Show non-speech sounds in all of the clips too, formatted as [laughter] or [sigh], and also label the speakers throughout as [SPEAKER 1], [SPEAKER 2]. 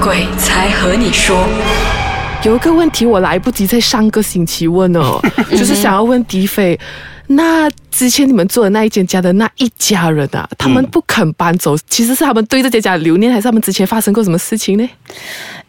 [SPEAKER 1] 鬼才和你说。
[SPEAKER 2] 有一个问题我来不及在上个星期问哦，就是想要问迪飞，那之前你们住的那一间家的那一家人啊，他们不肯搬走，其实是他们对这间家有留念，还是他们之前发生过什么事情呢？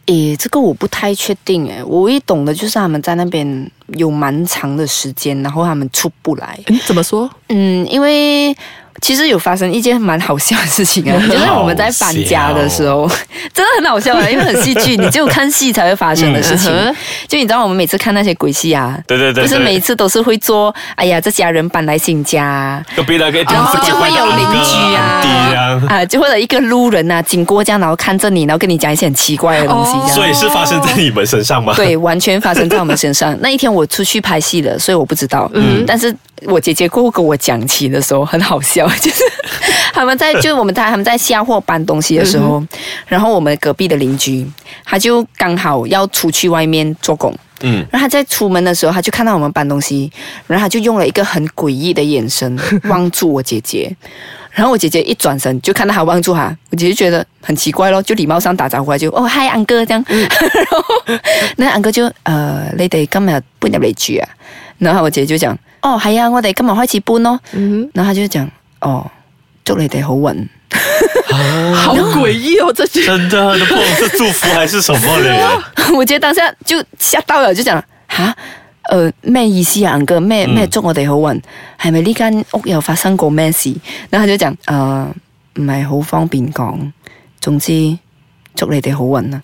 [SPEAKER 3] 诶，这个我不太确定诶，我唯一懂的就是他们在那边有蛮长的时间，然后他们出不来。
[SPEAKER 2] 嗯，怎么说？
[SPEAKER 3] 嗯，因为其实有发生一件蛮好笑的事情啊， [laughs] 就是我们在搬家的时候，真的很好笑啊，因为很戏剧，你只有看戏才会发生的事 [laughs] 情。
[SPEAKER 2] 嗯
[SPEAKER 3] 就你知道，我们每次看那些鬼戏啊，
[SPEAKER 4] 对对对
[SPEAKER 3] 不是
[SPEAKER 4] 对
[SPEAKER 3] 每一次都是会做，哎呀，这家人搬来新家啊，
[SPEAKER 4] 隔壁那个
[SPEAKER 3] 然后就会有邻居啊，
[SPEAKER 4] 低啊，
[SPEAKER 3] 啊，就会有一个路人啊经过这样，然后看着你，然后跟你讲一些很奇怪的东西，这样。
[SPEAKER 4] 所以是发生在你们身上吗？
[SPEAKER 3] 哦对，完全发生在我们身上。那一天我出去拍戏了，所以我不知道。嗯，但是我姐姐过后跟我讲起的时候很好笑，就是他们在就是我们在他们在下货搬东西的时候，然后我们隔壁的邻居他就刚好要出去外面做工。嗯，然后他在出门的时候，他就看到我们搬东西，然后他就用了一个很诡异的眼神望住我姐姐，然后我姐姐一转身就看到他望住他，我姐姐觉得很奇怪咯，就礼貌上打招呼啊，就哦嗨安哥这样， [laughs] 然后那安哥就呃你哋今日搬入嚟住啊，然後我姐就講：哦，係啊，我哋今日開始搬咯。
[SPEAKER 2] 嗯
[SPEAKER 3] 然後他就講：哦，祝你哋好運。
[SPEAKER 2] 好诡异哦，这句。
[SPEAKER 4] 真的，都不懂是祝福还是什么嘞？
[SPEAKER 3] [laughs] 我姐當下就嚇到了，就講：吓，誒咩意思啊，安哥？咩咩祝我哋好運？係咪呢間屋又發生過咩事？然後他就講：誒唔係好方便講，總之祝你哋好運啊。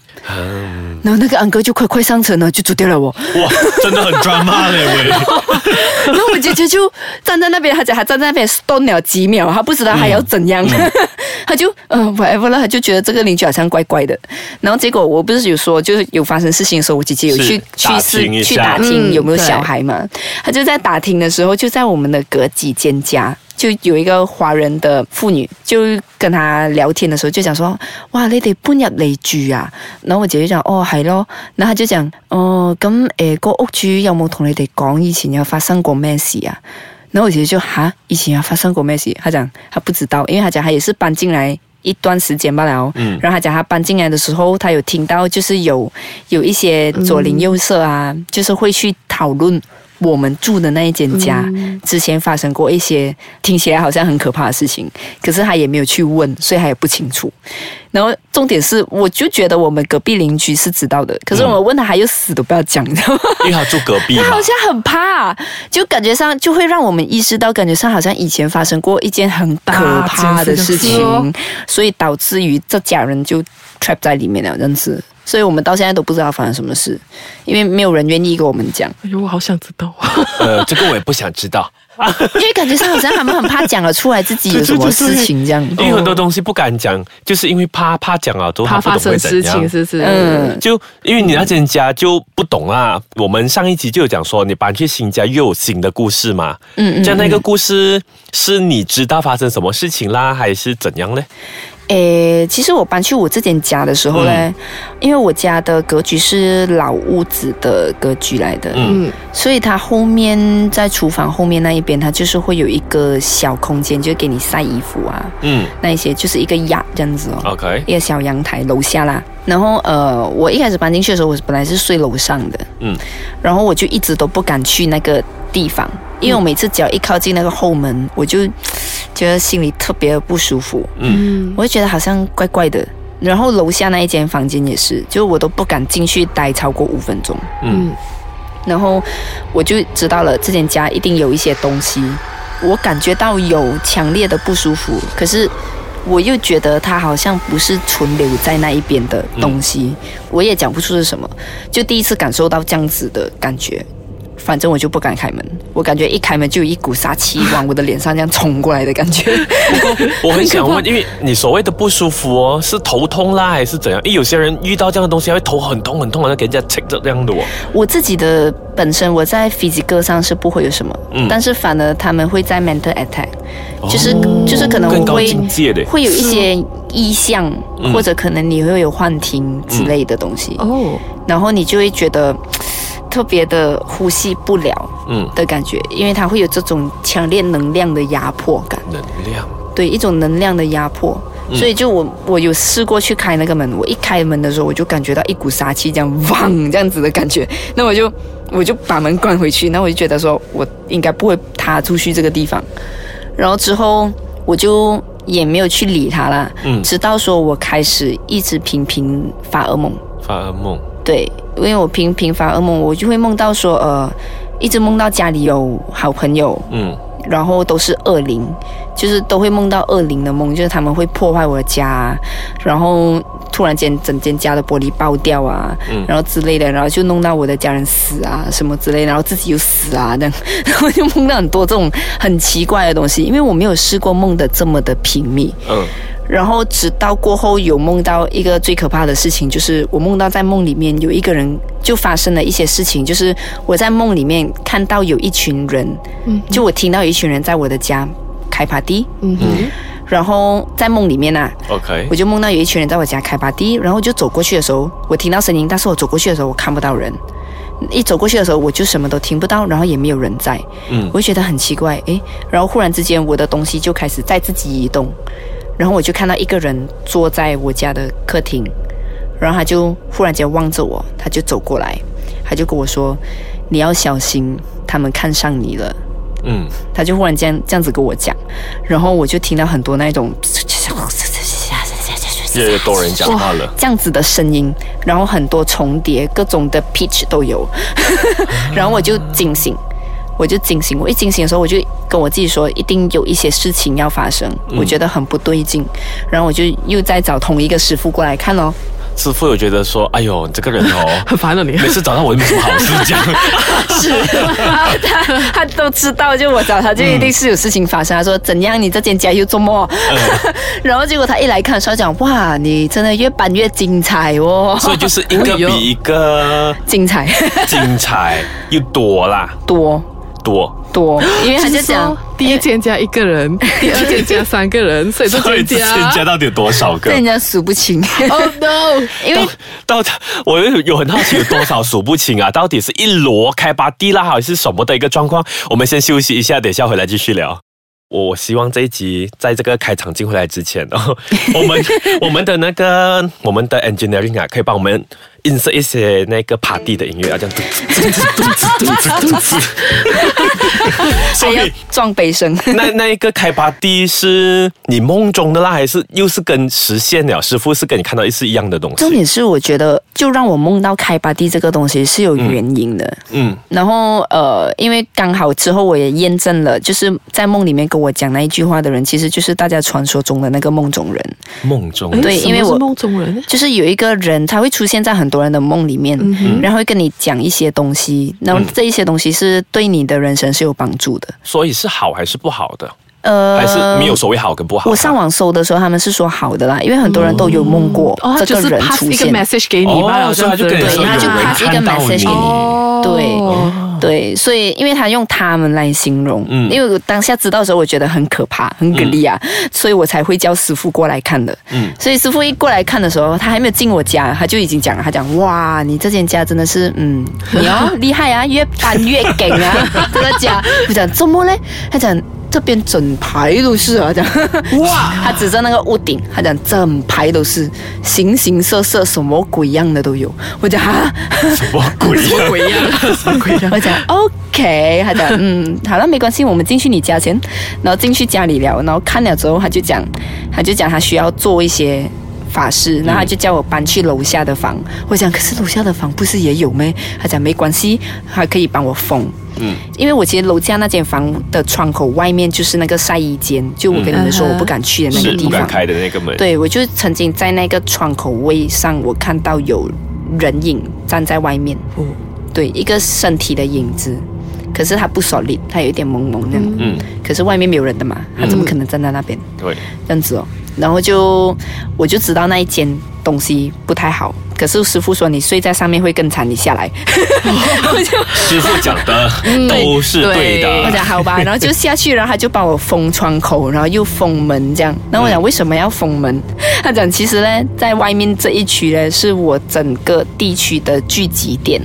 [SPEAKER 3] 然後那個安哥就快快上車呢，就走掉了我。
[SPEAKER 4] 哇，真的很 drama 嘞喂！
[SPEAKER 5] [laughs]
[SPEAKER 3] 然后我姐姐就站在那边，她讲她站在那边 stone 了几秒，她不知道她要怎样，她就呃 whatever 了，她就觉得这个邻居好像怪怪的。然后结果我不是有说，就是有发生事情的时候，我姐姐有
[SPEAKER 4] 是
[SPEAKER 3] 去去
[SPEAKER 4] 打
[SPEAKER 3] 试
[SPEAKER 4] 听一下
[SPEAKER 3] 去打听
[SPEAKER 2] 嗯
[SPEAKER 3] 有没有
[SPEAKER 2] 对
[SPEAKER 3] 小孩嘛，她就在打听的时候，就在我们的隔几间家。就有一个华人的妇女，就跟她聊天的时候就讲说：，哇，你哋搬入嚟住啊？然後我姐姐就哦係咯，然後佢就講哦咁誒個屋主有冇同你哋講以前有發生過咩事啊？然後我姐姐就哈，以前有發生過咩事？她講她不知道，因為她講她也是搬進來。一段時間吧，然後，
[SPEAKER 4] 嗯
[SPEAKER 3] 然後她講她搬進來的時候，她有聽到就是有有一些左邻右舍啊，就是會去討論我們住的那一間家、之前發生過一些聽起來好像很可怕的事情，可是她也沒有去問，所以她也不清楚。然后重点是，我就觉得我们隔壁邻居是知道的，可是我们问他，他又死都不要讲，你知道吗？
[SPEAKER 4] 因为他住隔壁
[SPEAKER 3] 他
[SPEAKER 4] 嘛
[SPEAKER 3] 好，像很怕，就感觉上就会让我们意识到，感觉上好像以前发生过一件很可怕的事
[SPEAKER 2] 大件事哦
[SPEAKER 3] 情，所以导致于这家人就 trap 在里面了，这样子。所以我们到现在都不知道发生什么事，因为没有人愿意跟我们 [laughs] 讲，
[SPEAKER 2] 哎呦，我好想知道。
[SPEAKER 5] 呃，这个我也不想
[SPEAKER 3] [laughs]
[SPEAKER 5] 知道，
[SPEAKER 3] 因为感觉上好像他们很怕讲了出来自己有什么事情这样。
[SPEAKER 5] 因为很多东西不敢讲，就是因为怕怕讲了之后
[SPEAKER 2] 怕
[SPEAKER 5] 他
[SPEAKER 2] 发
[SPEAKER 5] 不懂
[SPEAKER 2] 生
[SPEAKER 5] 会怎
[SPEAKER 2] 事
[SPEAKER 5] 样
[SPEAKER 2] 情。是不是？
[SPEAKER 3] 嗯，
[SPEAKER 5] 就因为你那间家就不懂啊，我们上一集就有讲说，你搬去新家又有新的故事嘛。
[SPEAKER 3] 嗯嗯
[SPEAKER 5] 像那个故事是你知道发生什么事情啦，还是怎样呢？
[SPEAKER 3] 诶，其实我搬去我这间家的时候呢，因为我家的格局是老屋子的格局来的，
[SPEAKER 4] 嗯
[SPEAKER 2] 嗯
[SPEAKER 3] 所以它后面在厨房后面那一边，它就是会有一个小空间，就给你晒衣服啊，
[SPEAKER 5] 嗯
[SPEAKER 3] 那一些就是一个雅这样子哦。
[SPEAKER 5] ，OK，
[SPEAKER 3] 一个小阳台楼下啦。然后呃，我一开始搬进去的时候，我本来是睡楼上的，
[SPEAKER 5] 嗯，
[SPEAKER 3] 然后我就一直都不敢去那个地方，因为我每次只要一靠近那个后门，我就觉得心里特别不舒服，
[SPEAKER 2] 嗯，
[SPEAKER 3] 我就觉得好像怪怪的。然后楼下那一间房间也是，就我都不敢进去待超过五分钟。
[SPEAKER 5] 嗯
[SPEAKER 3] 然后我就知道了这间家一定有一些东西，我感觉到有强烈的不舒服，可是我又觉得它好像不是存留在那一边的东西，
[SPEAKER 5] 嗯
[SPEAKER 3] 我也讲不出是什么，就第一次感受到这样子的感觉。反正我就不敢开门，我感觉一开门就有一股杀气往我的脸上这样冲过来的感
[SPEAKER 5] [laughs]
[SPEAKER 3] 觉。
[SPEAKER 5] 我很
[SPEAKER 3] [laughs]
[SPEAKER 5] 想问，因为你所谓的不舒服哦，是头痛啦，还是怎样？因为有些人遇到这样的东西，还会头很痛很痛，好像给人家切着这样的哦。
[SPEAKER 3] 我自己的本身我在 physical 上是不会有什么，
[SPEAKER 5] 嗯
[SPEAKER 3] 但是反而他们会在 mental attack，、就是就是可能
[SPEAKER 5] 哦更
[SPEAKER 3] 我
[SPEAKER 5] 高
[SPEAKER 3] 会
[SPEAKER 5] 境界的
[SPEAKER 3] 会有一些意向，或者可能你会有幻听之类的东西，
[SPEAKER 2] 哦，
[SPEAKER 3] 然后你就会觉得嗯特别的呼吸不了
[SPEAKER 5] 嗯，
[SPEAKER 3] 的感觉，因为它会有这种强烈能量的压迫感。
[SPEAKER 5] 能量。
[SPEAKER 3] 对一种能量的压迫。所以就我我有试过去开那个门，我一开门的时候我就感觉到一股杀气这样 [laughs] 汪这样子的感觉，那我就我就把门关回去，那我就觉得说我应该不会踏出去这个地方，然后之后我就也没有去理他啦，
[SPEAKER 5] 嗯
[SPEAKER 3] 直到说我开始一直频频发噩梦，
[SPEAKER 5] 发噩梦，
[SPEAKER 3] 对，因为我频频发噩梦，我就会梦到说呃，一直梦到家里有好朋友，
[SPEAKER 5] 嗯
[SPEAKER 3] 然后都是恶灵，就是都会梦到恶灵的梦，就是他们会破坏我的家啊，然后突然间整间家的玻璃爆掉啊，
[SPEAKER 5] 嗯
[SPEAKER 3] 然后之类的，然后就弄到我的家人死啊什么之类，然后自己又死啊这样， [laughs] 然后就梦到很多这种很奇怪的东西，因为我没有试过梦的这么的频密，
[SPEAKER 5] 嗯
[SPEAKER 3] 然后直到过后有梦到一个最可怕的事情，就是我梦到在梦里面有一个人就发生了一些事情，就是我在梦里面看到有一群人，
[SPEAKER 2] 嗯
[SPEAKER 3] 就我听到有一群人在我的家开 party，
[SPEAKER 2] 嗯哼，，
[SPEAKER 3] 然后在梦里面啊，
[SPEAKER 5] ，OK，
[SPEAKER 3] 我就梦到有一群人在我家开 party，然后就走过去的时候，我听到声音，但是我走过去的时候我看不到人，一走过去的时候我就什么都听不到，然后也没有人在，
[SPEAKER 5] 嗯
[SPEAKER 3] 我就觉得很奇怪，诶，然后忽然之间我的东西就开始在自己移动，然后我就看到一个人坐在我家的客厅，然后他就忽然间望着我，他就走过来，他就跟我说：“你要小心，他们看上你了。”
[SPEAKER 5] 嗯，
[SPEAKER 3] 他就忽然间这样子跟我讲，然后我就听到很多那种
[SPEAKER 5] 越来越多人讲话了，
[SPEAKER 3] 这样子的声音，然后很多重叠，各种的 pitch 都有， [laughs] 然后我就惊醒，我就惊醒，我一惊醒的时候，我就跟我自己说，一定有一些事情要发生，我觉得很不对劲，然后我就又再找同一个师傅过来看咯，
[SPEAKER 5] 师傅有觉得说，哎呦，你这个人哦
[SPEAKER 3] [laughs]
[SPEAKER 5] [laughs]
[SPEAKER 2] 很烦了啊你。
[SPEAKER 5] 每次找到我都没什么好事讲，
[SPEAKER 3] 是，啊然后他 [laughs] 他都知道，就我找他就一定是有事情发生。他说怎样，你这间家又做么？
[SPEAKER 5] 嗯
[SPEAKER 3] [laughs] 然后结果他一来看的时候讲，哇，你真的越搬越精彩哦，
[SPEAKER 5] 所以就是一个比一个
[SPEAKER 3] [laughs] 精彩
[SPEAKER 5] 精彩又多啦，
[SPEAKER 3] 多 [laughs]
[SPEAKER 5] 多，
[SPEAKER 3] 多，因为他就讲
[SPEAKER 2] 说。第一间加一个
[SPEAKER 3] [laughs]
[SPEAKER 2] 人，第二间加三个人，所以都
[SPEAKER 4] 所以
[SPEAKER 2] 增
[SPEAKER 4] 之前加
[SPEAKER 2] 加。
[SPEAKER 4] 到底有多少个
[SPEAKER 3] 被？人家数不
[SPEAKER 5] [laughs]
[SPEAKER 3] 清，
[SPEAKER 2] Oh no！
[SPEAKER 3] 因为
[SPEAKER 5] 到我有有很好奇有多少数不清啊？ [laughs] 到底是一摞开吧地啦，还是什么的一个状况？我们先休息一下，等一下回来继续聊。我希望这一集在这个开场进回来之前，
[SPEAKER 3] [laughs]
[SPEAKER 5] 哦，我们我们的那个我们的 engineering 啊，可以帮我们映射一些那个 party 的音乐啊，这样子。
[SPEAKER 3] 还要撞悲声，
[SPEAKER 5] [laughs] 那那一个开 party 是你梦中的啦，还是又是跟实现了？师傅是跟你看到一是一样的东
[SPEAKER 3] 重
[SPEAKER 5] 西？
[SPEAKER 3] 点是我觉得就让我梦到开巴蒂这个东西是有原因的，
[SPEAKER 5] 嗯
[SPEAKER 3] 然后呃，因为刚好之后我也验证了，就是在梦里面跟我讲那一句话的人，其实就是大家传说中的那个梦中人，
[SPEAKER 5] 梦中
[SPEAKER 2] 诶
[SPEAKER 3] 对
[SPEAKER 2] 哎什么
[SPEAKER 3] 因为我
[SPEAKER 2] 是梦中人，
[SPEAKER 3] 就是有一个人他会出现在很多人的梦里
[SPEAKER 2] 嗯
[SPEAKER 3] 面，然后会跟你讲一些东西，然后这一些东西是对你的人生是有帮助的。
[SPEAKER 5] 所以是好还是不好的？
[SPEAKER 3] 呃
[SPEAKER 5] 还是没有所谓好跟不好。
[SPEAKER 3] 我上网搜的时候，他们是说好的啦，因为很多人都有梦过
[SPEAKER 2] 哦，他
[SPEAKER 3] 这
[SPEAKER 2] 就
[SPEAKER 3] 个
[SPEAKER 2] 是
[SPEAKER 3] 人
[SPEAKER 2] pass
[SPEAKER 3] 出
[SPEAKER 2] 一个
[SPEAKER 3] 现。
[SPEAKER 2] message 给你吧，
[SPEAKER 5] 哦，所以他就跟你
[SPEAKER 2] 对
[SPEAKER 3] 对
[SPEAKER 5] 说有
[SPEAKER 3] 他就
[SPEAKER 5] 人
[SPEAKER 3] pass 一个
[SPEAKER 5] 看到
[SPEAKER 3] message
[SPEAKER 5] 你
[SPEAKER 3] 给你
[SPEAKER 2] 哦，
[SPEAKER 3] 对对，所以因为他用他们来形容，
[SPEAKER 5] 嗯
[SPEAKER 3] 因为我当下知道的时候，我觉得很可怕，很给力啊，所以我才会叫师傅过来看的。
[SPEAKER 5] 嗯
[SPEAKER 3] 所以师傅一过来看的时候，他还没有进我家，他就已经讲了，他讲哇，你这间家真的是，嗯，你哦厉害啊，越搬越梗啊， [laughs] 这个家。我讲怎么嘞？他讲。这边整排都是啊，他讲哇， [laughs] 他指着那个屋顶，他讲整排都是，形形色色，什么鬼样的都有。我讲啊，
[SPEAKER 5] 哇，鬼
[SPEAKER 2] 什么鬼呀？什么鬼呀？
[SPEAKER 3] 我讲 OK，他讲嗯，好了，没关系，我们进去你家先，然后进去家里聊，然后看了之后，他就讲，他就讲他需要做一些法事，然后他就叫我搬去楼下的房，我讲可是楼下的房不是也有咩？他讲没关系，还可以帮我封。
[SPEAKER 5] 嗯
[SPEAKER 3] 因为我其实楼下那间房的窗口外面就是那个晒衣间，就我跟你们说
[SPEAKER 2] 嗯
[SPEAKER 3] 我不敢去的那
[SPEAKER 5] 是
[SPEAKER 3] 个地
[SPEAKER 5] 不敢
[SPEAKER 3] 方。
[SPEAKER 5] 开的那个门。，
[SPEAKER 3] 对，我就曾经在那个窗口位上，我看到有人影站在外面，
[SPEAKER 2] 哦
[SPEAKER 3] 对，一个身体的影子，可是它不 solid，它有一点朦胧那样，
[SPEAKER 5] 嗯，
[SPEAKER 3] 可是外面没有人的嘛，它怎么可能站在那边、
[SPEAKER 5] 对，
[SPEAKER 3] 这样子哦？然后就我就知道那一间东西不太好，可是师傅说你睡在上面会更惨，你下来，我就
[SPEAKER 5] 师傅讲的都是对
[SPEAKER 3] 我
[SPEAKER 5] 的。
[SPEAKER 3] 讲好
[SPEAKER 5] [laughs]
[SPEAKER 3] 吧，然后就下去，然后他就帮我封窗口，然后又封门这样。然后我讲为什么要封门？他讲其实呢，在外面这一区呢，是我整个地区的聚集点。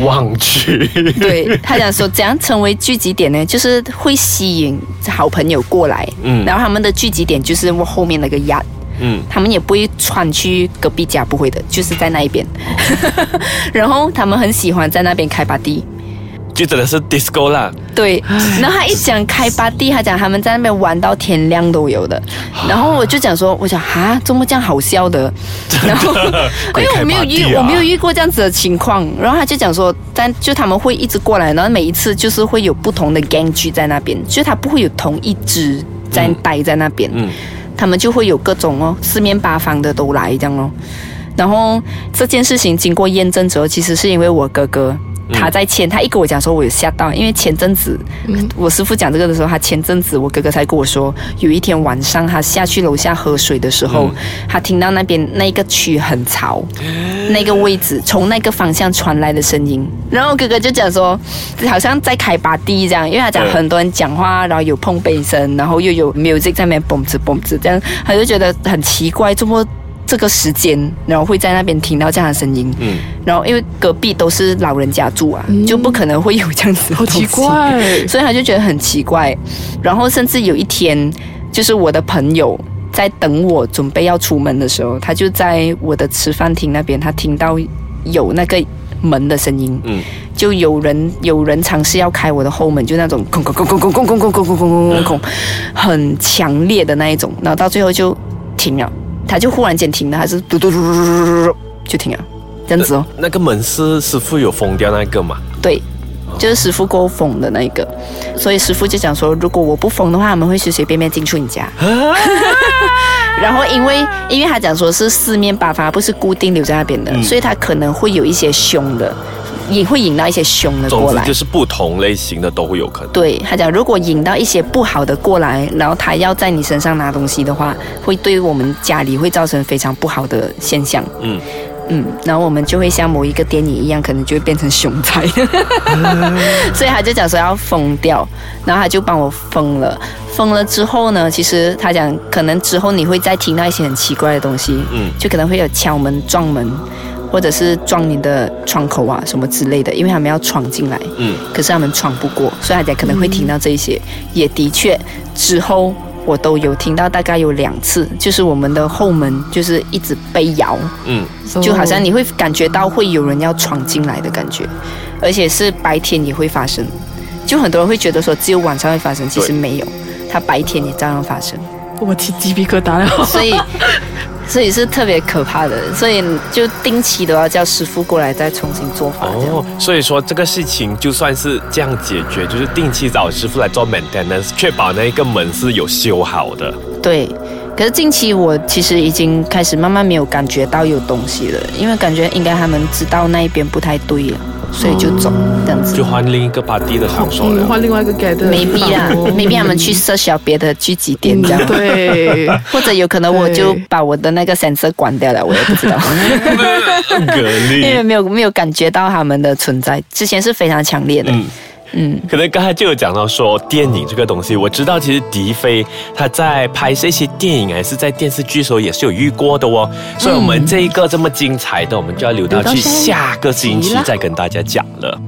[SPEAKER 5] 忘去，
[SPEAKER 3] 对他讲说，怎样成为聚集点呢？就是会吸引好朋友过来，
[SPEAKER 5] 嗯
[SPEAKER 3] 然后他们的聚集点就是后面那个压。
[SPEAKER 5] 嗯
[SPEAKER 3] 他们也不会穿去隔壁家，不会的，就是在那一边。 [laughs] 然后他们很喜欢在那边开 party。
[SPEAKER 5] 就真的是 disco 啦，
[SPEAKER 3] 对，然后他一讲开 party，他讲他们在那边玩到天亮都有的，然后我就讲说，我想哈，怎么这样好笑的？然后因为我没有
[SPEAKER 5] 鬼开 party
[SPEAKER 3] 遇，
[SPEAKER 5] 啊
[SPEAKER 3] 我没有遇过这样子的情况，然后他就讲说，但就他们会一直过来，然后每一次就是会有不同的 gang 聚在那边，就是他不会有同一支在
[SPEAKER 5] 嗯
[SPEAKER 3] 待在那边，
[SPEAKER 5] 嗯
[SPEAKER 3] 他们就会有各种哦，四面八方的都来这样哦。然后这件事情经过验证之后，其实是因为我哥哥他在签，他一跟我讲说，我有吓到，因为前阵子、我师傅讲这个的时候，他前阵子我哥哥才跟我说，有一天晚上他下去楼下喝水的时候，他听到那边那一个区很吵，那个位置从那个方向传来的声音，然后我哥哥就讲说，好像在开拔地这样，因为他讲
[SPEAKER 5] 对
[SPEAKER 3] 很多人讲话，然后有碰杯声，然后又有 music 在那边蹦子蹦子这样，他就觉得很奇怪，这么。这个时间，然后会在那边听到这样的声音，
[SPEAKER 5] 嗯，
[SPEAKER 3] 然后因为隔壁都是老人家住啊，就不可能会有这样子的
[SPEAKER 2] 好
[SPEAKER 3] 东西
[SPEAKER 2] 嗯 [laughs] 奇怪，
[SPEAKER 3] 所以他就觉得很奇怪。然后甚至有一天，就是我的朋友在等我准备要出门的时候，他就在我的吃饭厅那边，他听到有那个门的声音，
[SPEAKER 5] 嗯
[SPEAKER 3] 就有人有人尝试要开我的后门，就那种空空空空空空空空空空空空空，很强烈的那一种，然后到最后就停了，他就忽然间停了，还是嘟嘟嘟嘟嘟嘟嘟嘟就停了，这样子哦。
[SPEAKER 5] 那个门是师傅有封掉那个嘛？
[SPEAKER 3] 对，就是师傅给我缝的那一个，所以师傅就讲说，如果我不缝的话，他们会随随便便进出你家。
[SPEAKER 5] 啊
[SPEAKER 3] [laughs] 然后因为因为他讲说是四面八方，不是固定留在那边
[SPEAKER 5] 嗯
[SPEAKER 3] 的，所以他可能会有一些凶的，也会引到一些凶的
[SPEAKER 5] 总
[SPEAKER 3] 过
[SPEAKER 5] 之
[SPEAKER 3] 来
[SPEAKER 5] 就。是不同类型的都会有可能。
[SPEAKER 3] 对他讲，如果引到一些不好的过来，然后他要在你身上拿东西的话，会对我们家里会造成非常不好的现象。
[SPEAKER 5] 嗯
[SPEAKER 3] 嗯，然后我们就会像某一个电影一样，可能就会变成熊
[SPEAKER 5] [laughs]
[SPEAKER 3] 仔，所以他就讲说要封掉，然后他就帮我封了。封了之后呢，其实他讲可能之后你会再听到一些很奇怪的东西，
[SPEAKER 5] 嗯
[SPEAKER 3] 就可能会有敲门、撞门，或者是撞你的窗口啊什么之类的，因为他们要闯进来。
[SPEAKER 5] 嗯，
[SPEAKER 3] 可是他们闯不过，所以大家可能会听到这一些。也的确，之后我都有听到，大概有两次，就是我们的后门就是一直被摇，
[SPEAKER 5] 嗯，
[SPEAKER 3] 就
[SPEAKER 2] 哦
[SPEAKER 3] 好像你会感觉到会有人要闯进来的感觉，而且是白天也会发生。就很多人会觉得说只有晚上会发生，其实
[SPEAKER 5] 对
[SPEAKER 3] 没有，它白天也照样发生。
[SPEAKER 2] 我起鸡皮疙
[SPEAKER 3] [laughs]
[SPEAKER 2] 瘩了。
[SPEAKER 3] 所以所以是特别可怕的，所以就定期都要叫师傅过来再重新做法。这样
[SPEAKER 5] 哦，所以说这个事情就算是这样解决，就是定期找师傅来做 maintenance，确保那一个门是有修好的。
[SPEAKER 3] 对，可是近期我其实已经开始慢慢没有感觉到有东西了，因为感觉应该他们知道那一边不太对了，所以就走、这样子
[SPEAKER 5] 就。换另一个 party 的场所
[SPEAKER 2] 嗯，
[SPEAKER 5] 了。
[SPEAKER 2] 换另外一个 get 的
[SPEAKER 3] [laughs] 没必
[SPEAKER 5] [laughs]
[SPEAKER 2] [laughs]
[SPEAKER 3] 啦，没啊必他们去设小别的聚集点这样，
[SPEAKER 2] 嗯对，
[SPEAKER 3] 或者有可能我
[SPEAKER 2] 对
[SPEAKER 3] 就把我的那个 sensor 关掉了，我也不
[SPEAKER 5] [laughs]
[SPEAKER 3] 知道，
[SPEAKER 5] 蛤
[SPEAKER 3] 因为 [laughs]
[SPEAKER 5] 蜊，
[SPEAKER 3] 没有没有感觉到他们的存在，之前是非常强烈的，
[SPEAKER 5] 嗯
[SPEAKER 3] 嗯
[SPEAKER 5] 可能刚才就有讲到说电影这个东西，我知道其实迪飞他在拍摄一些电影还是在电视剧的时候也是有遇过的哦，所以我们这一个这么精彩的，我们就要留到
[SPEAKER 3] 留到
[SPEAKER 5] 去
[SPEAKER 3] 下一
[SPEAKER 5] 下个星期
[SPEAKER 3] 集啦
[SPEAKER 5] 再跟大家讲了。